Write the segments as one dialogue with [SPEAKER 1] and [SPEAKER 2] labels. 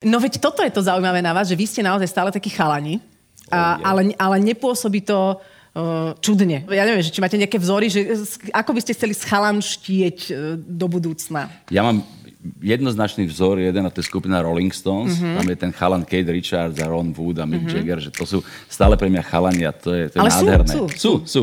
[SPEAKER 1] No veď toto je to zaujímavé na vás, že vy ste naozaj stále takí chalani, a, ale, ale nepôsobí to uh, čudne. Ja neviem, že či máte nejaké vzory, že s- ako by ste chceli schalanštieť uh, do budúcna.
[SPEAKER 2] Ja mám jednoznačný vzor, jeden a to je skupina Rolling Stones. Mm-hmm.
[SPEAKER 1] Mhm.
[SPEAKER 2] Tam je ten chalan Kate Richards a Ron Wood a Mick mm-hmm. Jagger, že to sú stále pre mňa chalani a to je, to je
[SPEAKER 1] Ale sú,
[SPEAKER 2] nádherné.
[SPEAKER 1] sú,
[SPEAKER 2] sú, sú.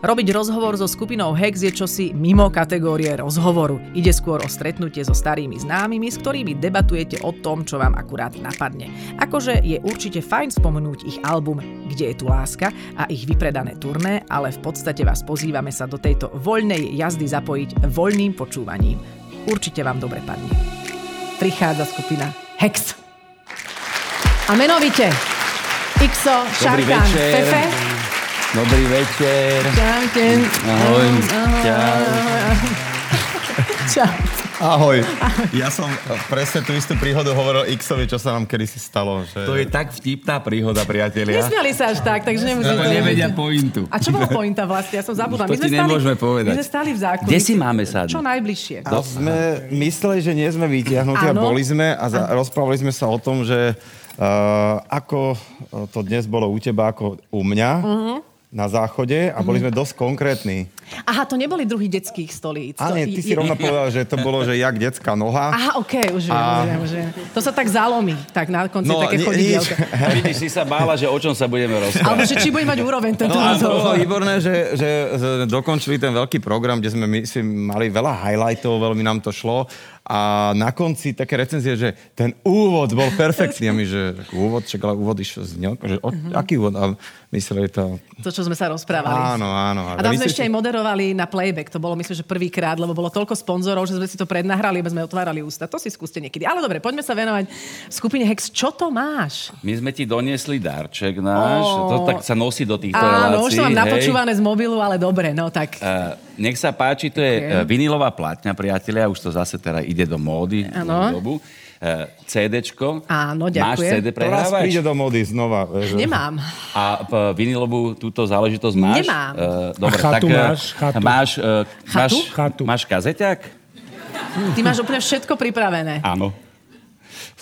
[SPEAKER 3] Robiť rozhovor so skupinou Hex je čosi mimo kategórie rozhovoru. Ide skôr o stretnutie so starými známymi, s ktorými debatujete o tom, čo vám akurát napadne. Akože je určite fajn spomenúť ich album Kde je tu láska a ich vypredané turné, ale v podstate vás pozývame sa do tejto voľnej jazdy zapojiť voľným počúvaním. Určite vám dobre padne.
[SPEAKER 1] Prichádza skupina Hex. A menovite Xo,
[SPEAKER 2] Dobrý
[SPEAKER 1] Šarkán,
[SPEAKER 2] večer.
[SPEAKER 1] Pepe.
[SPEAKER 2] Dobrý večer.
[SPEAKER 1] Čau, ten.
[SPEAKER 2] Ahoj. Čau.
[SPEAKER 1] Čau.
[SPEAKER 4] Ahoj. Ja som presne tú istú príhodu hovoril Xovi, čo sa nám kedysi stalo. Že...
[SPEAKER 5] To je tak vtipná príhoda, priatelia.
[SPEAKER 1] Nesmiali sa až tak, takže nemusíte
[SPEAKER 5] Lebo nevedia pointu.
[SPEAKER 1] A čo bola pointa vlastne? Ja som zabudla.
[SPEAKER 5] To ti nemôžeme povedať.
[SPEAKER 1] My sme stáli v zákulisí.
[SPEAKER 2] Kde si máme sadnúť?
[SPEAKER 1] Čo najbližšie.
[SPEAKER 4] A sme mysleli, že nie sme vytiahnutí a
[SPEAKER 1] Áno.
[SPEAKER 4] boli sme a za, rozprávali sme sa o tom, že uh, ako to dnes bolo u teba, ako u mňa
[SPEAKER 1] Mhm.
[SPEAKER 4] uh-huh. na záchode a boli sme dosť konkrétni.
[SPEAKER 1] Aha, to neboli druhy detských stolíc.
[SPEAKER 4] A
[SPEAKER 1] To-
[SPEAKER 4] nie, ty si rovno povedal, že to bolo, že jak detská noha.
[SPEAKER 1] Aha, OK, už viem, už viem, už viem. To sa tak zalomí, tak na konci no,
[SPEAKER 4] No,
[SPEAKER 1] také
[SPEAKER 4] ni-
[SPEAKER 1] chodidielko.
[SPEAKER 4] nič.
[SPEAKER 2] Vidíš, si sa bála, že o čom sa budeme
[SPEAKER 1] Alebo
[SPEAKER 2] rozprávať.
[SPEAKER 1] že či bude mať úroveň tento
[SPEAKER 4] No a to bolo
[SPEAKER 1] rozhovor.
[SPEAKER 4] výborné, že, že z- dokončili ten veľký program, kde sme my, si mali veľa highlightov, veľmi nám to šlo. A na konci také recenzie, že ten úvod bol perfektný. A my, že tak úvod, čak, ale úvod išiel z neho. Že, o,
[SPEAKER 1] Mhm.
[SPEAKER 4] aký úvod? A mysleli to...
[SPEAKER 1] To, čo sme sa rozprávali.
[SPEAKER 4] Áno, áno.
[SPEAKER 1] A tam sme ešte aj moderovali na playback, to bolo myslím, že prvýkrát, lebo bolo toľko sponzorov, že sme si to prednahrali, aby sme otvárali ústa. To si skúste niekedy. Ale dobre, poďme sa venovať skupine Hex. Čo to máš?
[SPEAKER 2] My sme ti doniesli darček náš,
[SPEAKER 1] Ó.
[SPEAKER 2] to tak sa nosí do týchto
[SPEAKER 1] Áno, no, už
[SPEAKER 2] relácií.
[SPEAKER 1] to mám
[SPEAKER 2] hej.
[SPEAKER 1] napočúvané z mobilu, ale dobre, no tak.
[SPEAKER 2] Eh, nech sa páči, to je
[SPEAKER 1] Ďakujem.
[SPEAKER 2] okay. vinilová platňa, priatelia, už to zase teda ide do módy
[SPEAKER 1] Áno.
[SPEAKER 2] ano. dobu. Eh, CDčko.
[SPEAKER 1] Áno,
[SPEAKER 2] Máš
[SPEAKER 1] ďakujem.
[SPEAKER 2] CD
[SPEAKER 4] To raz
[SPEAKER 2] prehrávač?
[SPEAKER 4] príde do mody znova. E, Že...
[SPEAKER 1] Nemám.
[SPEAKER 2] A p- vinilovú túto záležitosť máš?
[SPEAKER 1] Nemám.
[SPEAKER 2] Eh, dobre,
[SPEAKER 6] A chatu
[SPEAKER 2] tak, eh,
[SPEAKER 6] máš? Chatu.
[SPEAKER 2] Máš, eh, máš,
[SPEAKER 6] Chatu?
[SPEAKER 2] máš kazeťák?
[SPEAKER 1] Ty máš úplne všetko pripravené.
[SPEAKER 2] Áno.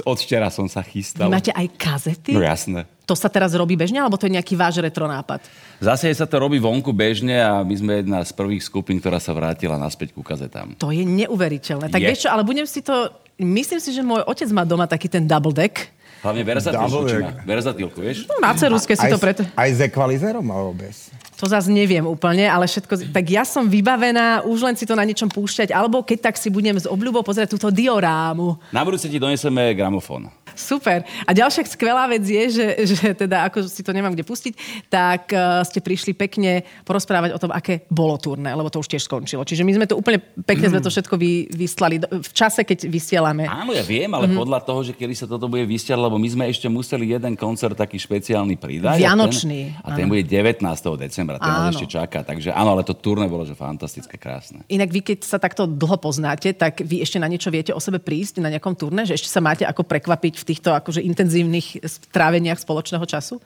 [SPEAKER 2] Od včera som sa chystal.
[SPEAKER 1] Vy máte aj kazety?
[SPEAKER 2] No jasné.
[SPEAKER 1] To sa teraz robí bežne, alebo to je nejaký váš retronápad?
[SPEAKER 2] Zase sa to robí vonku bežne a my sme jedna z prvých skupín, ktorá sa vrátila naspäť ku kazetám.
[SPEAKER 1] To je neuveriteľné. Tak
[SPEAKER 2] Je.
[SPEAKER 1] vieš čo, ale budem si to... Myslím si, že môj otec má doma taký ten double deck.
[SPEAKER 2] Hlavne verzatilku,
[SPEAKER 4] Double
[SPEAKER 2] či
[SPEAKER 4] deck.
[SPEAKER 2] má. verzatilku, vieš?
[SPEAKER 1] Na ceruske si
[SPEAKER 4] Aj,
[SPEAKER 1] to
[SPEAKER 4] s-
[SPEAKER 1] preto...
[SPEAKER 4] aj s ekvalizerom alebo bez?
[SPEAKER 1] To zase neviem úplne, ale všetko... Tak ja som vybavená, už len si to na niečom púšťať, alebo keď tak si budem s obľubou pozerať túto diorámu.
[SPEAKER 2] Na budúce ti doneseme gramofón.
[SPEAKER 1] Super. A ďalšia skvelá vec je, že, že teda ako si to nemám kde pustiť, tak uh, ste prišli pekne porozprávať o tom, aké bolo turné, lebo to už tiež skončilo. Čiže my sme to úplne pekne sme to všetko vy, vyslali do- v čase, keď vysielame.
[SPEAKER 2] Áno, ja viem,
[SPEAKER 1] Mhm.
[SPEAKER 2] ale mm-hmm. podľa toho, že kedy sa toto bude vysielať, lebo my sme ešte museli jeden koncert taký špeciálny pridať.
[SPEAKER 1] Vianočný,
[SPEAKER 2] A ten, a ten bude 19. decembra, ten
[SPEAKER 1] Áno.
[SPEAKER 2] nás ešte čaká. Takže áno, ale to turné bolo, že fantastické, krásne.
[SPEAKER 1] Inak vy, keď sa takto dlho poznáte, tak vy ešte na niečo viete o sebe prísť na nejakom turné, že ešte sa máte ako prekvapiť v týchto akože intenzívnych tráveniach spoločného času?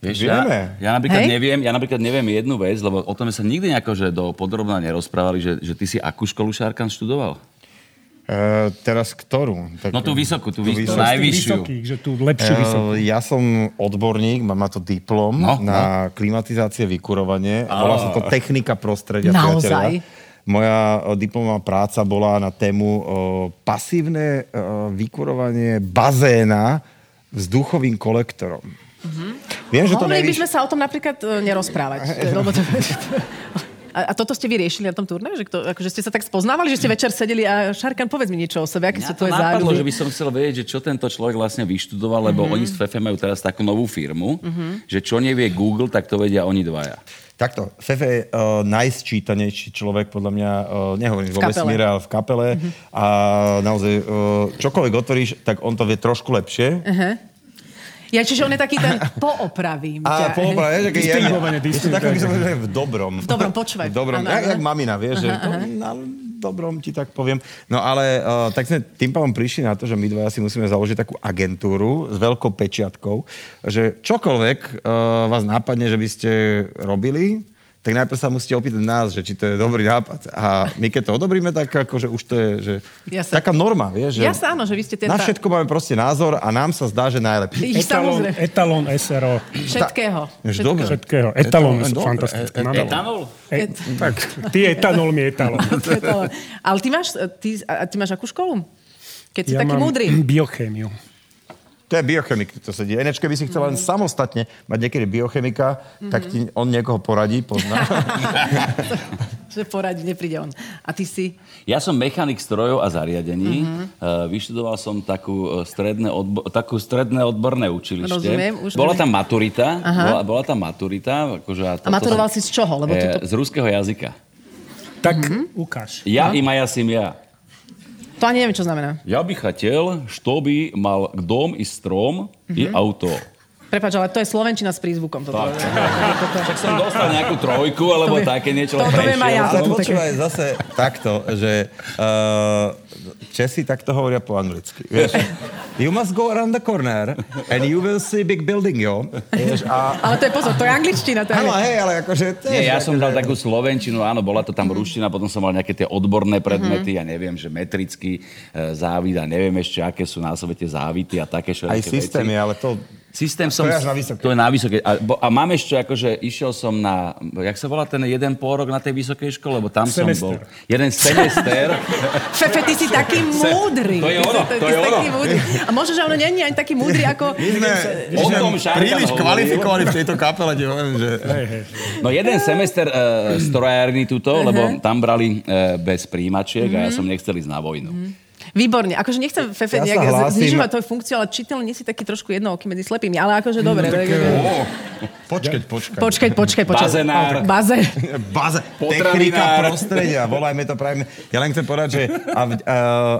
[SPEAKER 2] Vieš,
[SPEAKER 4] Vieme.
[SPEAKER 2] ja, ja,
[SPEAKER 1] Hej?
[SPEAKER 2] napríklad neviem, ja napríklad neviem jednu vec, lebo o tom sme sa nikdy nejako že do podrobna nerozprávali, že, že ty si akú školu Šarkan študoval?
[SPEAKER 4] E, teraz ktorú? Tak,
[SPEAKER 2] No tú vysokú, tú, vys- tú
[SPEAKER 4] vysokú.
[SPEAKER 2] najvyššiu.
[SPEAKER 6] Vysokých, že tu lepšiu vysokú.
[SPEAKER 4] E, Ja som odborník, mám na to diplom
[SPEAKER 2] No,
[SPEAKER 4] no, na no. klimatizácie, vykurovanie. A volá sa to technika prostredia.
[SPEAKER 1] Naozaj?
[SPEAKER 4] priatelia. Moja e, diplomová práca bola na tému e, pasívne e, vykurovanie bazéna vzduchovým kolektorom. Viem, že to
[SPEAKER 1] Mhm. Mohli by
[SPEAKER 4] nevíš.
[SPEAKER 1] sme sa o tom napríklad e, nerozprávať. lebo to... A, a toto ste vy riešili na tom turné? Že, kto, akože ste sa tak spoznávali, že ste večer sedeli a Šarkan, povedz mi niečo o sebe, aké
[SPEAKER 2] Mňa
[SPEAKER 1] sú
[SPEAKER 2] to
[SPEAKER 1] tvoje
[SPEAKER 2] napadlo, že
[SPEAKER 1] záľuby.
[SPEAKER 2] by som chcel vedieť, že čo tento človek vlastne
[SPEAKER 1] Mhm.
[SPEAKER 2] vyštudoval, lebo oni s Fefe majú teraz takú novú firmu, že čo nevie Google, tak to vedia oni dvaja.
[SPEAKER 4] Takto, Fefe je uh, najsčítanejší človek, podľa mňa, uh, nehovorím
[SPEAKER 1] V
[SPEAKER 4] vo
[SPEAKER 1] kapele. Mhm.
[SPEAKER 4] vesmíre, ale v kapele. e,
[SPEAKER 1] Mhm.
[SPEAKER 4] A naozaj, uh, čokoľvek otvoríš, tak on to vie trošku lepšie.
[SPEAKER 1] Aha. Ja, čiže on je taký ten poopravím ťa.
[SPEAKER 4] A poobra, vieš, aké je...
[SPEAKER 6] Distingovanie,
[SPEAKER 4] Je to také, by som povedal, že v dobrom. V
[SPEAKER 1] dobrom, počúvaj.
[SPEAKER 4] V dobrom,
[SPEAKER 1] Áno,
[SPEAKER 4] jak,
[SPEAKER 1] áno.
[SPEAKER 4] jak mamina, vieš, že to, na dobrom ti tak poviem. No ale uh, tak sme tým pádom prišli na to, že my dvaja si musíme založiť takú agentúru s veľkou pečiatkou, že čokoľvek uh, vás nápadne, že by ste robili, tak najprv sa musíte opýtať nás, že či to je dobrý nápad. A my keď to odobríme, tak akože už to je že
[SPEAKER 1] Jasné.
[SPEAKER 4] taká norma, vieš? Že
[SPEAKER 1] Jasné, áno, že vy ste ten
[SPEAKER 4] Na
[SPEAKER 1] tá-
[SPEAKER 4] všetko máme proste názor a nám sa zdá, že najlepší.
[SPEAKER 1] Ich
[SPEAKER 6] Etalon,
[SPEAKER 1] samozrejme.
[SPEAKER 6] etalon SRO.
[SPEAKER 1] Všetkého.
[SPEAKER 4] Už dobre.
[SPEAKER 6] Všetkého. Etalon,
[SPEAKER 4] Etalon,
[SPEAKER 6] sú
[SPEAKER 4] dobre.
[SPEAKER 6] fantastické.
[SPEAKER 4] E-
[SPEAKER 6] na dole.
[SPEAKER 2] Etanol?
[SPEAKER 6] E- tak, ty etanol mi etalon.
[SPEAKER 1] Etalon. Ale ty máš, ty, a ty máš akú školu? Keď si taký múdry.
[SPEAKER 6] biochémiu.
[SPEAKER 4] To je biochemik, to sedí. Ináč, keby si chcel len samostatne mať niekedy biochemika, tak ti on niekoho poradí, pozná.
[SPEAKER 1] Že poradí, nepríde on. A ty si...
[SPEAKER 2] Ja som mechanik strojov a zariadení.
[SPEAKER 1] Mhm.
[SPEAKER 2] Uh, vyštudoval som takú eh, stredné, odbo- takú stredné odborné učilište.
[SPEAKER 1] Rozumiem, už
[SPEAKER 2] bola
[SPEAKER 1] viem.
[SPEAKER 2] tam maturita. Bola, bola tam maturita. Akože
[SPEAKER 1] A maturoval si z čoho? Lebo
[SPEAKER 2] eh,
[SPEAKER 1] toto,
[SPEAKER 2] Z ruského jazyka.
[SPEAKER 6] Tak
[SPEAKER 1] Mhm.
[SPEAKER 6] ukáž.
[SPEAKER 2] Ja i Maja som ja.
[SPEAKER 1] to ani neviem, čo znamená.
[SPEAKER 2] Ja by chatel, štoby mal dom i strom i
[SPEAKER 1] Mhm.
[SPEAKER 2] auto.
[SPEAKER 1] Prepač, ale to je Slovenčina s prízvukom. Toto.
[SPEAKER 2] Tak som dostal nejakú trojku,
[SPEAKER 1] To
[SPEAKER 2] alebo
[SPEAKER 1] vie-
[SPEAKER 2] také niečo. len
[SPEAKER 1] to viem aj
[SPEAKER 2] prešiel.
[SPEAKER 1] ja.
[SPEAKER 4] Ale
[SPEAKER 1] to také-
[SPEAKER 4] počúvaj zase takto, že uh, Česi takto hovoria po anglicky. Vieš, you must go around the corner and you will see big building, jo. Vieš, a...
[SPEAKER 1] Ale to je pozor, to je angličtina. To je...
[SPEAKER 4] Áno, hej, ale akože... To je,
[SPEAKER 2] Nie, ja som dal takú slovenčinu, áno, bola to tam ruština, potom som mal nejaké tie odborné predmety, ja neviem, že metrický e, závid a neviem ešte, aké sú na svete závity a také
[SPEAKER 4] Aj
[SPEAKER 2] všelijaké
[SPEAKER 4] systém je,
[SPEAKER 2] veci.
[SPEAKER 4] ale to...
[SPEAKER 2] Systém som...
[SPEAKER 4] To je až na vysoké.
[SPEAKER 2] To je na vysoké. A, bo, a mám ešte, akože išiel som na, jak sa volá ten jeden pôrok na tej vysokej škole, lebo tam som bol.
[SPEAKER 6] Semester.
[SPEAKER 2] Jeden semester.
[SPEAKER 1] Fefe, ty si taký múdry.
[SPEAKER 2] To je ono,
[SPEAKER 1] Ty si-
[SPEAKER 2] to
[SPEAKER 1] ty
[SPEAKER 2] je
[SPEAKER 1] si
[SPEAKER 2] ono.
[SPEAKER 1] taký múdry. A možno, že ono není ani taký múdry ako...
[SPEAKER 4] My sme, my
[SPEAKER 2] O
[SPEAKER 4] sme
[SPEAKER 2] tom Šarkan
[SPEAKER 4] príliš
[SPEAKER 2] hovoril.
[SPEAKER 4] kvalifikovaní v tejto kapele, ti hovorím, že...
[SPEAKER 2] No jeden semester e, strojárny tuto, lebo tam brali e, bez príjimačiek a ja som nechcel ísť na vojnu.
[SPEAKER 1] Výborne. Akože nechcem Fefe
[SPEAKER 4] Ja sa
[SPEAKER 1] nejak
[SPEAKER 4] hlásim.
[SPEAKER 1] znižovať tvoju funkciu, ale čiteľ nie si taký trošku jednooký medzi slepými. Ale akože
[SPEAKER 2] Mm,
[SPEAKER 1] dobre. tak-
[SPEAKER 2] eh,
[SPEAKER 4] Počkať, počkať.
[SPEAKER 1] Počkaj, počkaj, počkaj.
[SPEAKER 2] Bazénár.
[SPEAKER 1] Baze.
[SPEAKER 4] Baza,
[SPEAKER 2] Potravinár.
[SPEAKER 4] technika prostredia, volajme to pravime. Ja len chcem povedať, že a, v- a,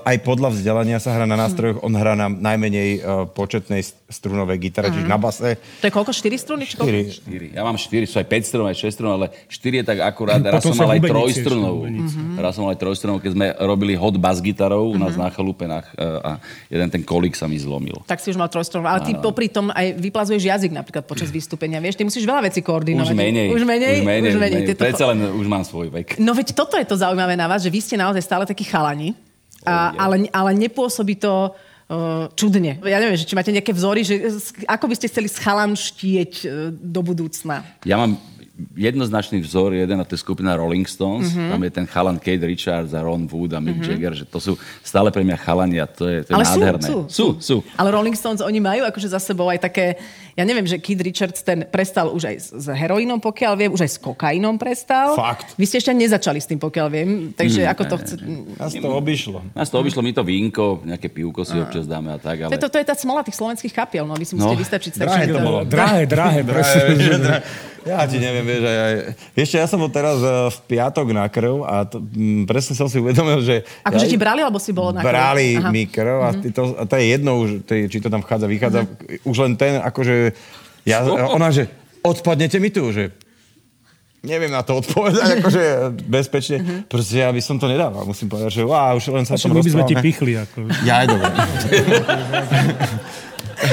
[SPEAKER 4] aj podľa vzdelania sa hrá na nástrojoch, on hrá na najmenej a, početnej st- strunovej gitare,
[SPEAKER 1] Mhm.
[SPEAKER 4] čiže na base.
[SPEAKER 1] To je koľko? 4 struny? či koľko?
[SPEAKER 4] 4.
[SPEAKER 2] Štyri. Ja mám 4, sú aj 5 strunov, aj 6 strunov, ale 4 je tak akurát.
[SPEAKER 1] Mhm.
[SPEAKER 2] Raz
[SPEAKER 6] Potom
[SPEAKER 2] som
[SPEAKER 6] sa
[SPEAKER 2] mal aj
[SPEAKER 6] hubenici
[SPEAKER 2] trojstrunovú.
[SPEAKER 6] ešte,
[SPEAKER 2] Raz som mal aj trojstrunovú, keď sme robili hot bass gitarou u nás
[SPEAKER 1] Mhm.
[SPEAKER 2] na chalupe na, ch- e, a jeden ten kolík sa mi zlomil.
[SPEAKER 1] Tak si už mal trojstrom. Ale ty popri tom aj vyplazuješ jazyk napríklad počas vystúpenia. Vieš, ty musíš veľa vecí koordinovať.
[SPEAKER 2] Už menej.
[SPEAKER 1] Už menej.
[SPEAKER 2] Už menej. Už menej.
[SPEAKER 1] Tieto-
[SPEAKER 2] Predsa len už mám svoj vek.
[SPEAKER 1] No veď toto je to zaujímavé na vás, že vy ste naozaj stále takí chalani,
[SPEAKER 4] Oh,
[SPEAKER 1] a, ale, ale nepôsobí to uh, čudne. Ja neviem, že či máte nejaké vzory, že s- ako by ste chceli schalanštieť uh, do budúcna.
[SPEAKER 2] Ja mám jednoznačný vzor, jeden a to je skupina Rolling Stones.
[SPEAKER 1] Mhm.
[SPEAKER 2] Tam je ten chalan Kate Richards a Ron Wood a Mick Jagger, že to sú stále pre mňa chalani a to je, to je
[SPEAKER 1] Ale sú,
[SPEAKER 2] nádherné.
[SPEAKER 1] sú,
[SPEAKER 2] sú, sú.
[SPEAKER 1] Ale Rolling Stones, oni majú akože za sebou aj také, ja neviem, že Kid Richards ten prestal už aj s- s heroínom, pokiaľ viem, už aj s kokainom prestal.
[SPEAKER 4] Fakt? Mm.
[SPEAKER 1] Vy ste ešte ani nezačali s tým, pokiaľ viem, takže ako to chce...
[SPEAKER 4] Nás to obišlo.
[SPEAKER 2] Nás to obišlo, my to vínko, nejaké pivko si občas dáme a tak, ale...
[SPEAKER 1] To, to je tá smola tých slovenských kapiel, no vy si musíte
[SPEAKER 2] No,
[SPEAKER 1] vystačiť. s
[SPEAKER 4] drahé
[SPEAKER 1] takýmto-
[SPEAKER 4] to bolo.
[SPEAKER 6] Drahé,
[SPEAKER 4] Drahé,
[SPEAKER 6] drahé, prosím.
[SPEAKER 4] drahé. Ja ti neviem, vieš, aj, aj. Ešte ja som bol teraz e, v piatok na krv a to, m, presne som si uvedomil, že...
[SPEAKER 1] Akože
[SPEAKER 4] ja-
[SPEAKER 1] ti brali, alebo si bolo na krvi?
[SPEAKER 4] Brali
[SPEAKER 1] Aha.
[SPEAKER 4] mi krv a, ty to, a to je jedno, už, to je, či to tam vchádza, vychádza. Už len ten, akože... Ja, ona, že odpadnete mi tu, že neviem na to odpovedať, akože bezpečne. Proste ja by som to nedával, musím povedať, že wow, už len sa o
[SPEAKER 6] Čo,
[SPEAKER 4] tom
[SPEAKER 6] Akože my by sme ti
[SPEAKER 4] rozprávame.
[SPEAKER 6] pichli. Ako.
[SPEAKER 4] Ja aj dobre.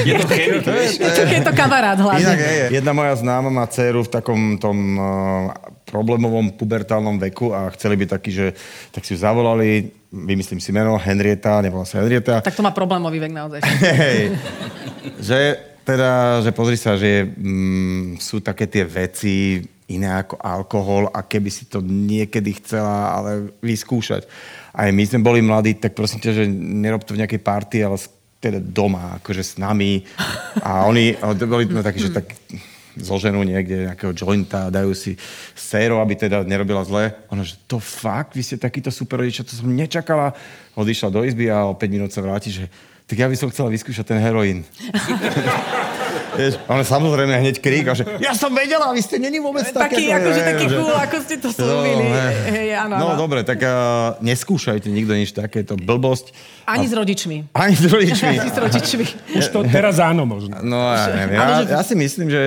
[SPEAKER 2] Je to chemik, vieš?
[SPEAKER 1] Keď je to kamarát
[SPEAKER 4] Inak
[SPEAKER 1] hlavne.
[SPEAKER 4] je, je. Jedna moja známa má dceru v takom tom uh, problémovom pubertálnom veku a chceli by taký, že tak si ju zavolali, vymyslím si meno, Henrieta, nevolá sa Henrieta.
[SPEAKER 1] Tak to má problémový vek naozaj.
[SPEAKER 4] Hej. že teda, že pozri sa, že mm, sú také tie veci iné ako alkohol a keby si to niekedy chcela, ale vyskúšať. Aj my sme boli mladí, tak prosím ťa, že nerob to v nejakej party, ale s- teda doma, akože s nami. A oni a to boli sme takí, že tak zoženú niekde nejakého jointa, dajú si séro, aby teda nerobila zle. Ona, že to fakt, vy ste takýto super rodičia, to som nečakala. Odišla do izby a o 5 minút sa vráti, že tak ja by som chcela vyskúšať ten heroín. Vieš, ale samozrejme hneď krík a že ja som vedela, vy ste není vôbec také.
[SPEAKER 1] Taký, akože taký cool, ako ste to slúbili. Hej, áno,
[SPEAKER 4] no
[SPEAKER 1] áno.
[SPEAKER 4] dobre, tak uh, neskúšajte nikto nič takéto blbosť.
[SPEAKER 1] Ani s rodičmi.
[SPEAKER 4] Ani s rodičmi.
[SPEAKER 1] Ani s rodičmi.
[SPEAKER 6] Už to teraz áno možno.
[SPEAKER 4] No ja neviem.
[SPEAKER 1] Ale
[SPEAKER 4] Ja,
[SPEAKER 1] že-
[SPEAKER 4] ja si myslím, že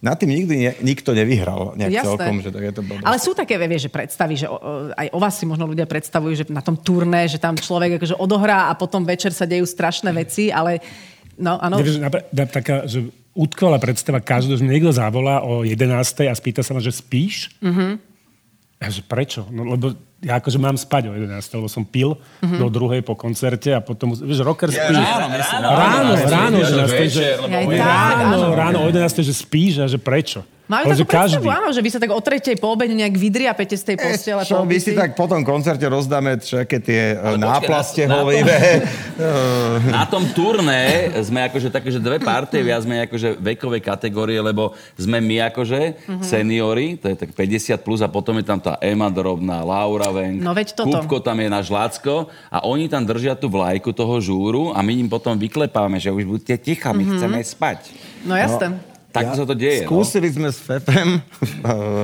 [SPEAKER 4] na tým nikdy ne, nikto nevyhral nejak
[SPEAKER 1] Jasné.
[SPEAKER 4] celkom, že tak je to blbosť.
[SPEAKER 1] Ale sú také, vieš, že predstavy, že o, o, aj o vás si možno ľudia predstavujú, že na tom turné, že tam človek akože odohrá a potom večer sa dejú strašné veci, ale no, áno.
[SPEAKER 6] Vieš, napr- da- taká, že utkvelá predstava každého, že niekto zavolá o 11. a spýta sa ma, že spíš? Mm-hmm.
[SPEAKER 1] Mhm.
[SPEAKER 6] Ja, že prečo? No, lebo ja akože mám spať o 11. lebo som pil
[SPEAKER 1] Mhm.
[SPEAKER 6] mm-hmm. do druhej po koncerte a potom, vieš, rocker spí.
[SPEAKER 2] Ráno, myslím.
[SPEAKER 6] Ráno, ráno, že nás to-
[SPEAKER 2] večer,
[SPEAKER 6] že-
[SPEAKER 2] lebo
[SPEAKER 1] Aj
[SPEAKER 2] oni-
[SPEAKER 1] tak.
[SPEAKER 6] Ráno,
[SPEAKER 1] áno.
[SPEAKER 6] ráno o 11. že spíš a že prečo?
[SPEAKER 1] Majú
[SPEAKER 6] Ale
[SPEAKER 1] takú
[SPEAKER 6] že
[SPEAKER 1] predstavu, áno, že vy sa tak o tretej po obede nejak vydriapete z tej postele. po
[SPEAKER 4] Čo, my si
[SPEAKER 1] obci.
[SPEAKER 4] tak po tom koncerte rozdáme všetky tie eh,
[SPEAKER 2] počkaj,
[SPEAKER 4] náplaste
[SPEAKER 2] na- na-
[SPEAKER 4] holivé.
[SPEAKER 2] Na tom turné sme akože také, že dve partie viac menej akože vekové kategórie, lebo sme my akože
[SPEAKER 1] Mhm.
[SPEAKER 2] seniori, to je tak 50 plus a potom je tam tá Ema Drobná, Laura Venk,
[SPEAKER 1] No veď toto.
[SPEAKER 2] Kupko tam je náš Lacko a oni tam držia tú vlajku toho žúru a my im potom vyklepáme, že už buďte ticha, my chceme spať.
[SPEAKER 1] Mhm. No jasné.
[SPEAKER 2] Takto sa to deje. No.
[SPEAKER 4] Skúsili sme s Fefem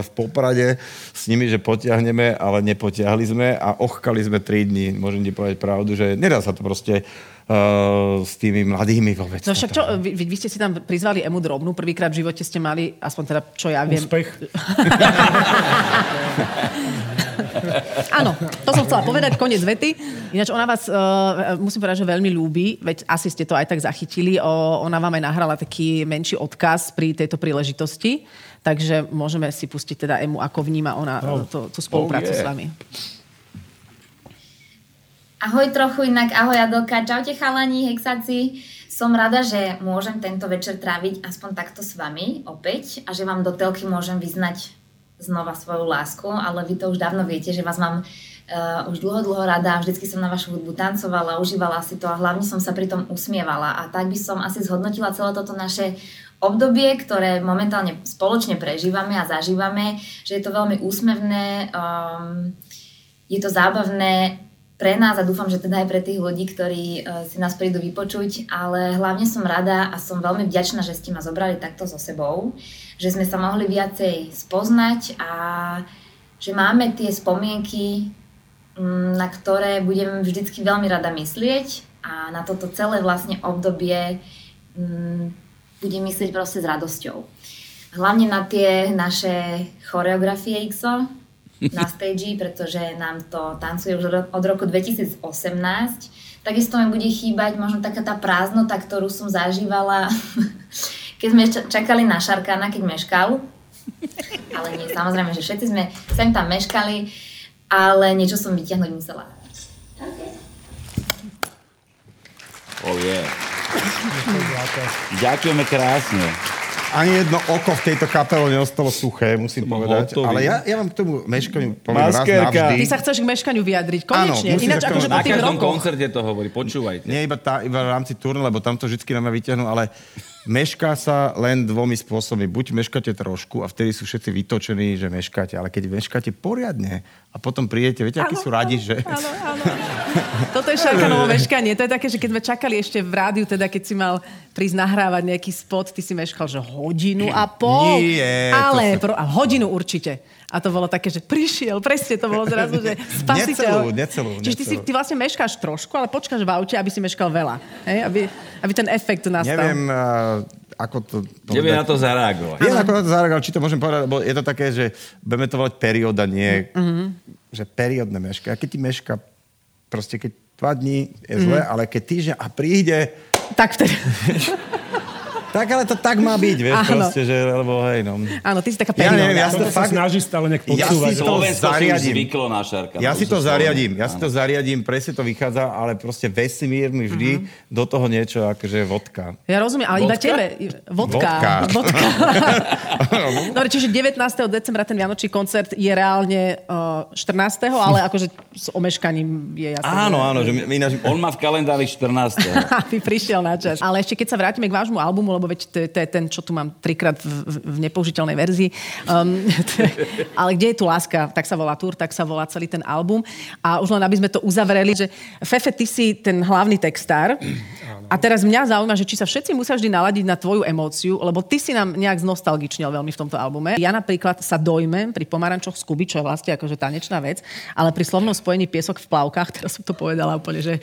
[SPEAKER 4] v Poprade s nimi, že potiahneme, ale nepotiahli sme a ochkali sme 3 dní. Môžem ti povedať pravdu, že nedá sa to proste uh, s tými mladými vôbec.
[SPEAKER 1] No však čo, vy, vy vy ste si tam prizvali Emu Drobnú, prvýkrát v živote ste mali, aspoň teda, čo ja viem.
[SPEAKER 6] Úspech.
[SPEAKER 1] Áno, to som chcela povedať, koniec vety. Ináč ona vás, uh, musím povedať, že veľmi ľúbi, veď asi ste to aj tak zachytili, o, ona vám aj nahrala taký menší odkaz pri tejto príležitosti, takže môžeme si pustiť teda Emu, ako vníma ona no. to, tú spoluprácu oh,
[SPEAKER 2] Oh, yeah.
[SPEAKER 1] yeah. s vami.
[SPEAKER 7] Ahoj trochu inak, ahoj Adelka, čaute chalani, hexaci. Som rada, že môžem tento večer tráviť aspoň takto s vami opäť a že vám do telky môžem vyznať znova svoju lásku, ale vy to už dávno viete, že vás mám uh, už dlho, dlho rada a vždycky som na vašu hudbu tancovala, užívala si to a hlavne som sa pri tom usmievala a tak by som asi zhodnotila celé toto naše obdobie, ktoré momentálne spoločne prežívame a zažívame, že je to veľmi úsmevné, um, je to zábavné pre nás a dúfam, že teda aj pre tých ľudí, ktorí eh, si nás prídu vypočuť, ale hlavne som rada a som veľmi vďačná, že ste ma zobrali takto so sebou, že sme sa mohli viacej spoznať a že máme tie spomienky, mm, na ktoré budem vždycky veľmi rada myslieť a na toto celé vlastne obdobie mm, budem myslieť proste s radosťou. Hlavne na tie naše choreografie XO, na stage, pretože nám to tancuje už ro- od roku 2018. Takisto mi bude chýbať možno taká tá prázdnota, ktorú som zažívala, keď sme ča- čakali na Šarkána, keď meškal. Ale nie, samozrejme, že všetci sme sem tam meškali, ale niečo som vyťahnuť musela.
[SPEAKER 2] Oh, yeah. Ďakujeme krásne.
[SPEAKER 4] Ani jedno oko v tejto kapele neostalo suché, musím
[SPEAKER 2] Som
[SPEAKER 4] povedať.
[SPEAKER 2] hotový.
[SPEAKER 4] Ale ja, ja vám k tomu meškaniu poviem raz
[SPEAKER 2] Maskérka.
[SPEAKER 4] navždy.
[SPEAKER 1] Ty sa chceš k meškaniu vyjadriť,
[SPEAKER 4] Áno,
[SPEAKER 1] konečne,
[SPEAKER 4] musíš
[SPEAKER 1] ináč
[SPEAKER 4] to-
[SPEAKER 1] akože po
[SPEAKER 2] Na
[SPEAKER 1] tých
[SPEAKER 2] každom
[SPEAKER 1] rokoch.
[SPEAKER 2] koncerte to hovorí, počúvajte.
[SPEAKER 4] Nie iba, tá, iba v rámci turné, lebo tam to vždy na mňa vyťahnú, ale mešká sa len dvomi spôsobmi. Buď meškáte trošku a vtedy sú všetci vytočení, že meškáte, ale keď meškáte poriadne a potom prídete, viete, akí
[SPEAKER 1] Áno,
[SPEAKER 4] sú radi,
[SPEAKER 1] áno,
[SPEAKER 4] že...
[SPEAKER 1] Áno, áno. Toto je šarkanovo meškanie. To je také, že keď sme čakali ešte v rádiu, teda keď si mal prísť nahrávať nejaký spot, ty si meškal, že hodinu a pol.
[SPEAKER 4] Nie, to
[SPEAKER 1] Ale
[SPEAKER 4] sa-
[SPEAKER 1] pro, a hodinu určite. A to bolo také, že prišiel, presne to bolo zrazu, že spasiteľ.
[SPEAKER 4] Necelú, necelú,
[SPEAKER 1] Čiže ty, si,
[SPEAKER 4] necelú.
[SPEAKER 1] ty vlastne meškáš trošku, ale počkáš v aute, aby si meškal veľa. Hej? Aby, aby ten efekt nastal.
[SPEAKER 4] Neviem, a, ako to...
[SPEAKER 2] Nevie
[SPEAKER 4] povedať.
[SPEAKER 2] na to zareagovať.
[SPEAKER 4] Je na to zareagoval, či to môžem povedať, lebo je to také, že budeme to volať perióda, nie,
[SPEAKER 1] Mhm.
[SPEAKER 4] mm-hmm. že periódne meška. A keď ti meška, proste keď dva dní je
[SPEAKER 1] Mhm.
[SPEAKER 4] zle, mm-hmm. ale keď týždeň a príde,
[SPEAKER 1] Tak vtedy.
[SPEAKER 4] tak ale to tak má byť, vieš,
[SPEAKER 1] Áno.
[SPEAKER 4] proste, že, lebo hej, no.
[SPEAKER 1] Áno, ty si taká
[SPEAKER 4] Ja
[SPEAKER 1] perióda.
[SPEAKER 4] neviem, ja si to
[SPEAKER 6] Toto sa
[SPEAKER 4] fakt...
[SPEAKER 6] snaží stále nejak
[SPEAKER 4] Ja si
[SPEAKER 6] podsúvať.
[SPEAKER 4] to
[SPEAKER 2] Slovensko si už
[SPEAKER 4] zariadím.
[SPEAKER 2] zvyklo na šarka.
[SPEAKER 4] Ja si to
[SPEAKER 2] Už
[SPEAKER 4] zariadím, ja si
[SPEAKER 2] Áno.
[SPEAKER 4] to zariadím, presne to vychádza, ale proste vesmír mi vždy do toho niečo, akože vodka.
[SPEAKER 1] Ja rozumiem, ale iba
[SPEAKER 2] Vodka?
[SPEAKER 1] tebe. Vodka.
[SPEAKER 4] Vodka.
[SPEAKER 1] Vodka. Dobre, čiže 19. decembra ten Vianočný koncert je reálne uh, 14. ale akože s omeškaním je jasné.
[SPEAKER 4] Áno, áno, že my, my naši...
[SPEAKER 2] On má v kalendári 14.
[SPEAKER 1] Aby prišiel na čas. Ale ešte keď sa vrátime k vášmu albumu, lebo veď to je, to je ten, čo tu mám trikrát v, v, v nepoužiteľnej verzii. Um, to je- ale kde je tu láska? Tak sa volá Tour, tak sa volá celý ten album. A už len aby sme to uzavreli, že Fefe, ty si ten hlavný textár. A teraz mňa zaujíma, že či sa všetci musia vždy naladiť na tvoju emóciu, lebo ty si nám nejak znostalgičnil veľmi v tomto albume. Ja napríklad sa dojmem pri pomarančoch z Kuby, čo je vlastne akože tanečná vec, ale pri slovnom spojení piesok v plavkách, teraz som to povedala úplne, že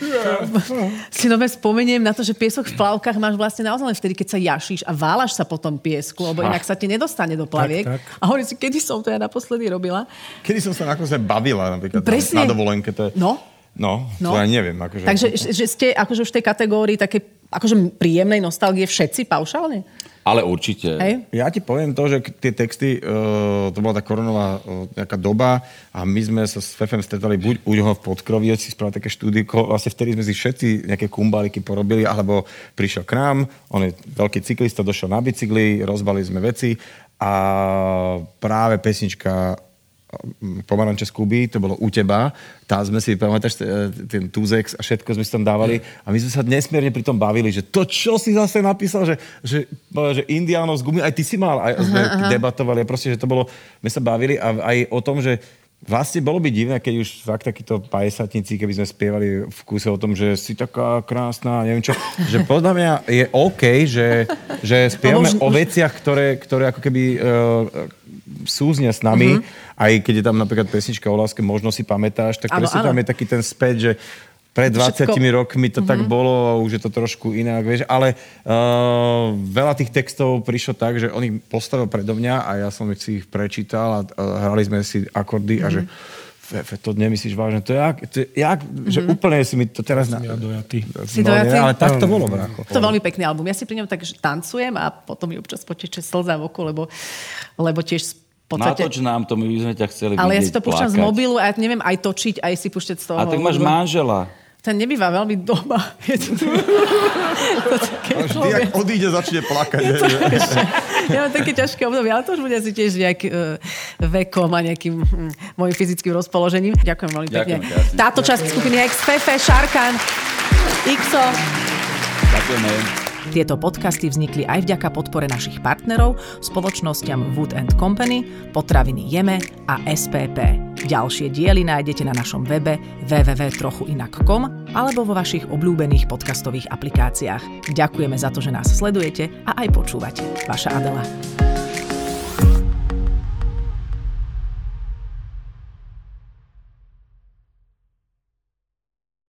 [SPEAKER 1] si nové spomeniem na to, že piesok v plavkách máš vlastne naozaj len vtedy, keď sa jašíš a válaš sa po tom piesku, lebo inak sa ti nedostane do plaviek.
[SPEAKER 6] tak.
[SPEAKER 1] A hovorím si, kedy som to ja naposledy robila.
[SPEAKER 4] Kedy som sa nakoniec aj bavila napríklad na-
[SPEAKER 1] Presne.
[SPEAKER 4] na dovolenke. To je...
[SPEAKER 1] No.
[SPEAKER 4] No,
[SPEAKER 1] No.
[SPEAKER 4] no, to ja neviem. Akože...
[SPEAKER 1] Takže že- že ste akože už v tej kategórii také akože príjemnej nostalgie všetci paušálne?
[SPEAKER 2] Ale určite.
[SPEAKER 1] Hej?
[SPEAKER 4] Ja ti poviem to, že k- tie texty, uh, to bola tá koronová uh, nejaká doba a my sme sa s Fefem stretali buď u ňoho v podkrovi, si spravil také štúdiko, vlastne vtedy sme si všetci nejaké kumbaliky porobili, alebo prišiel k nám, on je veľký cyklista, došiel na bicykli, rozbali sme veci a práve pesnička mm, Pomaranče z Kuby, to bolo u teba, tá sme si, pamätáš, e, ten Tuzex a všetko sme si tam dávali a my sme sa nesmierne pri tom bavili, že to, čo si zase napísal, že, že, že Indiánov z Gumy, aj ty si mal, aj sme aha, aha. debatovali a proste, že to bolo, my sa bavili a aj o tom, že Vlastne bolo by divné, keď už fakt takíto 50 keby sme spievali v kuse o tom, že si taká krásna, neviem čo. Že podľa mňa je OK, že, že spievame
[SPEAKER 1] už-
[SPEAKER 4] o veciach, ktoré, ktoré ako keby e, súznia s nami,
[SPEAKER 1] Mhm.
[SPEAKER 4] aj keď je tam napríklad pesnička o láske, možno si pamätáš, tak
[SPEAKER 1] Áno,
[SPEAKER 4] presne
[SPEAKER 1] áno.
[SPEAKER 4] tam je taký ten späť, že pred 20
[SPEAKER 1] Všetko- Mhm.
[SPEAKER 4] rokmi to tak bolo a už je to trošku inak, vieš, ale uh, veľa tých textov prišlo tak, že on ich postavil predo mňa a ja som si ich prečítal a uh, hrali sme si akordy a že
[SPEAKER 1] Mhm.
[SPEAKER 4] Fefe, to nemyslíš vážne, to je jak, to je jak že úplne si mi to teraz... Na...
[SPEAKER 6] Ja dojatý.
[SPEAKER 1] Mhm. Si
[SPEAKER 4] no,
[SPEAKER 1] dojatý?
[SPEAKER 4] nie, ale tak to bolo, brácho.
[SPEAKER 1] To je veľmi pekný album. Ja si pri ňom tak že tancujem a potom mi občas poteče slza v oku, lebo, lebo tiež v podstate...
[SPEAKER 2] Natoč nám to, my by sme ťa chceli
[SPEAKER 1] ale ja si
[SPEAKER 2] vidieť
[SPEAKER 1] to púšťam z
[SPEAKER 2] plakať.
[SPEAKER 1] mobilu a ja neviem aj točiť, aj si púšťať z toho.
[SPEAKER 2] A tak máš
[SPEAKER 1] hudbu.
[SPEAKER 2] manžela.
[SPEAKER 1] Ten nebýva veľmi doma. Je to, to také
[SPEAKER 4] Vždy, ak
[SPEAKER 1] človek.
[SPEAKER 4] odíde, začne plakať. Je,
[SPEAKER 1] Ja mám také ťažké obdobie, ale to už bude asi tiež nejak uh, vekom a nejakým hm, mojim fyzickým rozpoložením. Ďakujem veľmi pekne.
[SPEAKER 2] Ďakujem krásne.
[SPEAKER 1] Táto časť skupiny XPF, Šarkan, XO.
[SPEAKER 2] Ďakujeme.
[SPEAKER 3] Tieto podcasty vznikli aj vďaka podpore našich partnerov, spoločnosťam Wood and Company, Potraviny Jeme a SPP. Ďalšie diely nájdete na našom webe www.trochuinak.com alebo vo vašich obľúbených podcastových aplikáciách. Ďakujeme za to, že nás sledujete a aj počúvate. Vaša Adela.